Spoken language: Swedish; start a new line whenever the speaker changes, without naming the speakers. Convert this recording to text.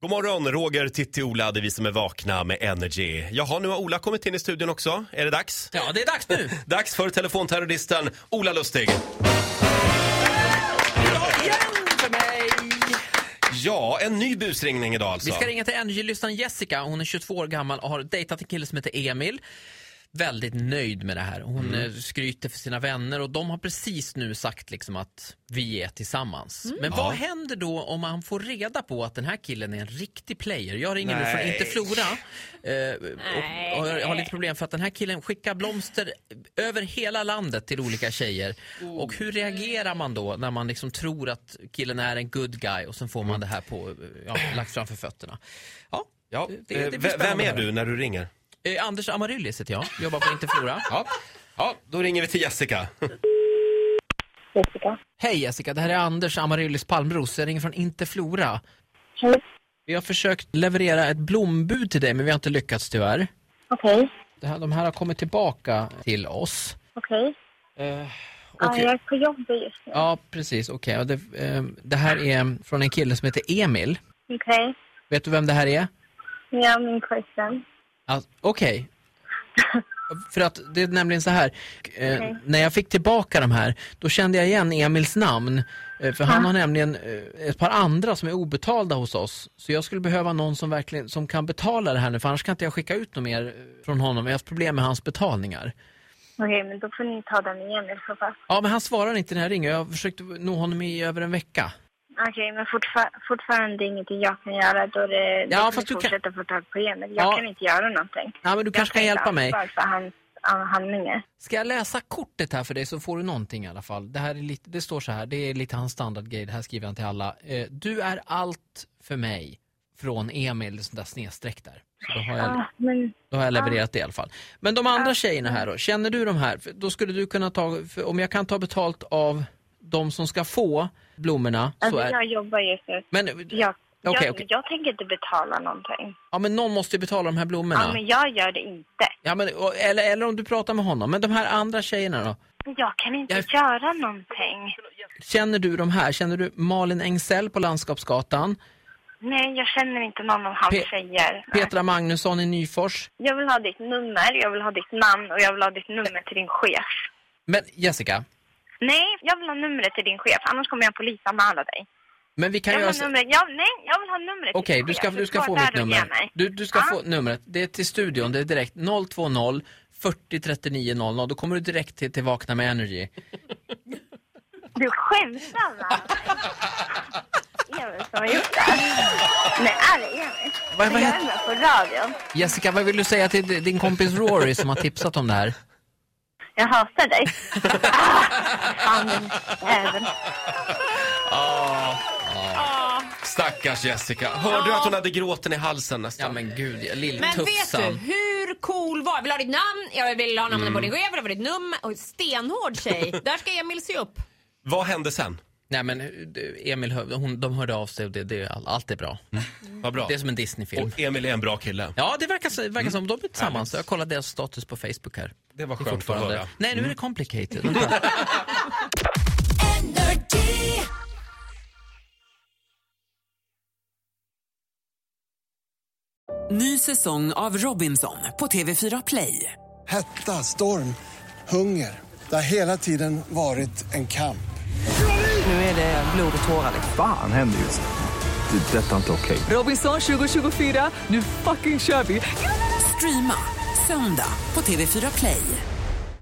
God morgon, Roger, Titti, Ola, det är vi som är vakna med Energy. Jaha, nu har Ola kommit in i studion också. Är det dags?
Ja, det är dags nu.
Dags för telefonterroristen Ola Lustig.
Idag igen för mig.
Ja, en ny busringning idag alltså.
Vi ska ringa till NJ-lyssnaren Jessica. Hon är 22 år gammal och har dejtat en kille som heter Emil. Väldigt nöjd med det här. Hon
Mm.
eh, skryter för sina vänner och de har precis nu sagt liksom att vi är tillsammans.
Mm.
Men vad händer då om man får reda på att den här killen är en riktig player? Jag ringer nu från
Nej.
Inte Flora eh, och, och jag har lite problem för att den här killen skickar blomster över hela landet till olika tjejer.
Oh.
Och hur reagerar man då när man liksom tror att killen är en good guy och sen får man det här på, eh, ja, lagt framför fötterna? Ja,
Ja,
det- det
eh,
blir
ve- vem
spännande
är
här.
du när du ringer?
Eh, Anders Amaryllis heter jag, jobbar på Inte Flora.
Ja. ja, då ringer vi till Jessica.
Jessica.
Hej Jessica, det här är Anders Amaryllis Palmros. Jag ringer från Inte Flora.
Hej.
Vi har försökt leverera ett blombud till dig, men vi har inte lyckats tyvärr.
Okej.
Det här, de här har kommit tillbaka till oss.
Okej.
Eh,
Ja,
och-
jag är på jobbet just nu.
Ja, precis. Okej. Och Det, eh, det här är från en kille som heter Emil.
Okej.
Vet du vem det här är?
Nu är jag min pojkvän.
Ja, Alltså, Okej. För att det är nämligen så här, eh,
Okej.
när jag fick tillbaka de här, då kände jag igen Emils namn. Eh, för han har nämligen eh, ett par andra som är obetalda hos oss. Så jag skulle behöva någon som verkligen som kan betala det här nu, för annars kan inte jag skicka ut något mer eh, från honom. Jag har haft problem med hans betalningar.
Okej, men då får ni ta den igen i så fall.
Ja, men han svarar inte när jag ringer. Jag har försökt nå honom i över en vecka.
Okej, men fortfar- fortfarande ingenting jag kan göra. Då det,
Ja,
då
fast
får
du
ni
kan-
fortsätta få tag på Emil. Jag
Ja.
kan inte göra någonting.
Ja, men du kanske kan hjälpa mig.
Jag kan inte ansvara för hans uh, handlingar.
Ska jag läsa kortet här för dig så får du någonting i alla fall. Det, här är lite, det står så här, det är lite hans standardgrej, det här skriver han till alla. Eh, du är allt för mig från Emil, sånt där snedstreck där. Så då, har jag,
Ja, men
då har jag levererat det i alla fall. Men de
Ah.
andra tjejerna här då, känner du de här? För Då skulle du kunna ta, för om jag kan ta betalt av de som ska få blommorna så
alltså,
är
jag jobbar just nu.
men,
Jag,
Okej,
jag,
okej.
jag tänker inte betala någonting.
ja, men någon måste ju betala de här blommorna.
Ja, men jag gör det inte.
Ja, men, och- eller, eller om du pratar med honom. Men de här andra tjejerna då?
Jag kan inte
Jag-
göra någonting.
Känner du de här? Känner du Malin Engsell på Landskapsgatan?
Nej, jag känner inte någon av hans
Pe-
tjejer. Nej.
Petra Magnusson i Nyfors.
Jag vill ha ditt nummer, jag vill ha ditt namn och jag vill ha ditt nummer till din chef.
Men Jessica,
Nej, jag vill ha numret till din chef, annars kommer jag polisanmäla dig.
men vi kan
Jag vill
göra...
ha
så-
numret. Jag, nej, jag vill ha numret
Okej,
till din
du ska,
chef.
du ska
står
få
där
mitt
och ger
nummer.
mig.
Du, du ska
Ja.
få numret. Det är till studion, det är direkt 020 40 39 00. Då kommer du direkt till, till Vakna med Energy.
Du skämtar va? Emil som har gjort det här. Nej, är det Emil?
Vad- vad
jag
heter-
är med på radion.
Jessica, vad vill du säga till di- din kompis Rory som har tipsat om det här?
Jag hatar dig. ah, fan, din jävel.
Stackars Jessica. Hörde du att hon hade gråten i halsen
Ja
nästan?
men gud,
Men vet du,
lilltufsan.
hur cool var Jag vill ha ditt namn, jag vill ha namnet på din chef, jag vill ha ditt nummer. Och stenhård tjej. Där ska Emil se upp.
Vad hände sen?
Nej men du, Emil, hör- hon, de hörde av sig och det, det, all- allt är bra.
Vad bra.
Det är som en Disney-film.
Och Emil är en bra kille.
Ja, det verkar, så- det verkar som. De är tillsammans. Jag kollade deras status på Facebook här.
Det var
är
Mm. skönt att
fortfarande-
höra. Mm.
Nej, nu är det complicated.
Ny säsong av Robinson på TV4 Play.
Hetta, storm, hunger. Det har hela tiden varit en kamp.
Nu är det blod och tårar. liksom.
Fan händer just nu. Det. är Detta är inte okej.
Robinson 2024, nu fucking kör vi! Streama söndag på TV4 Play.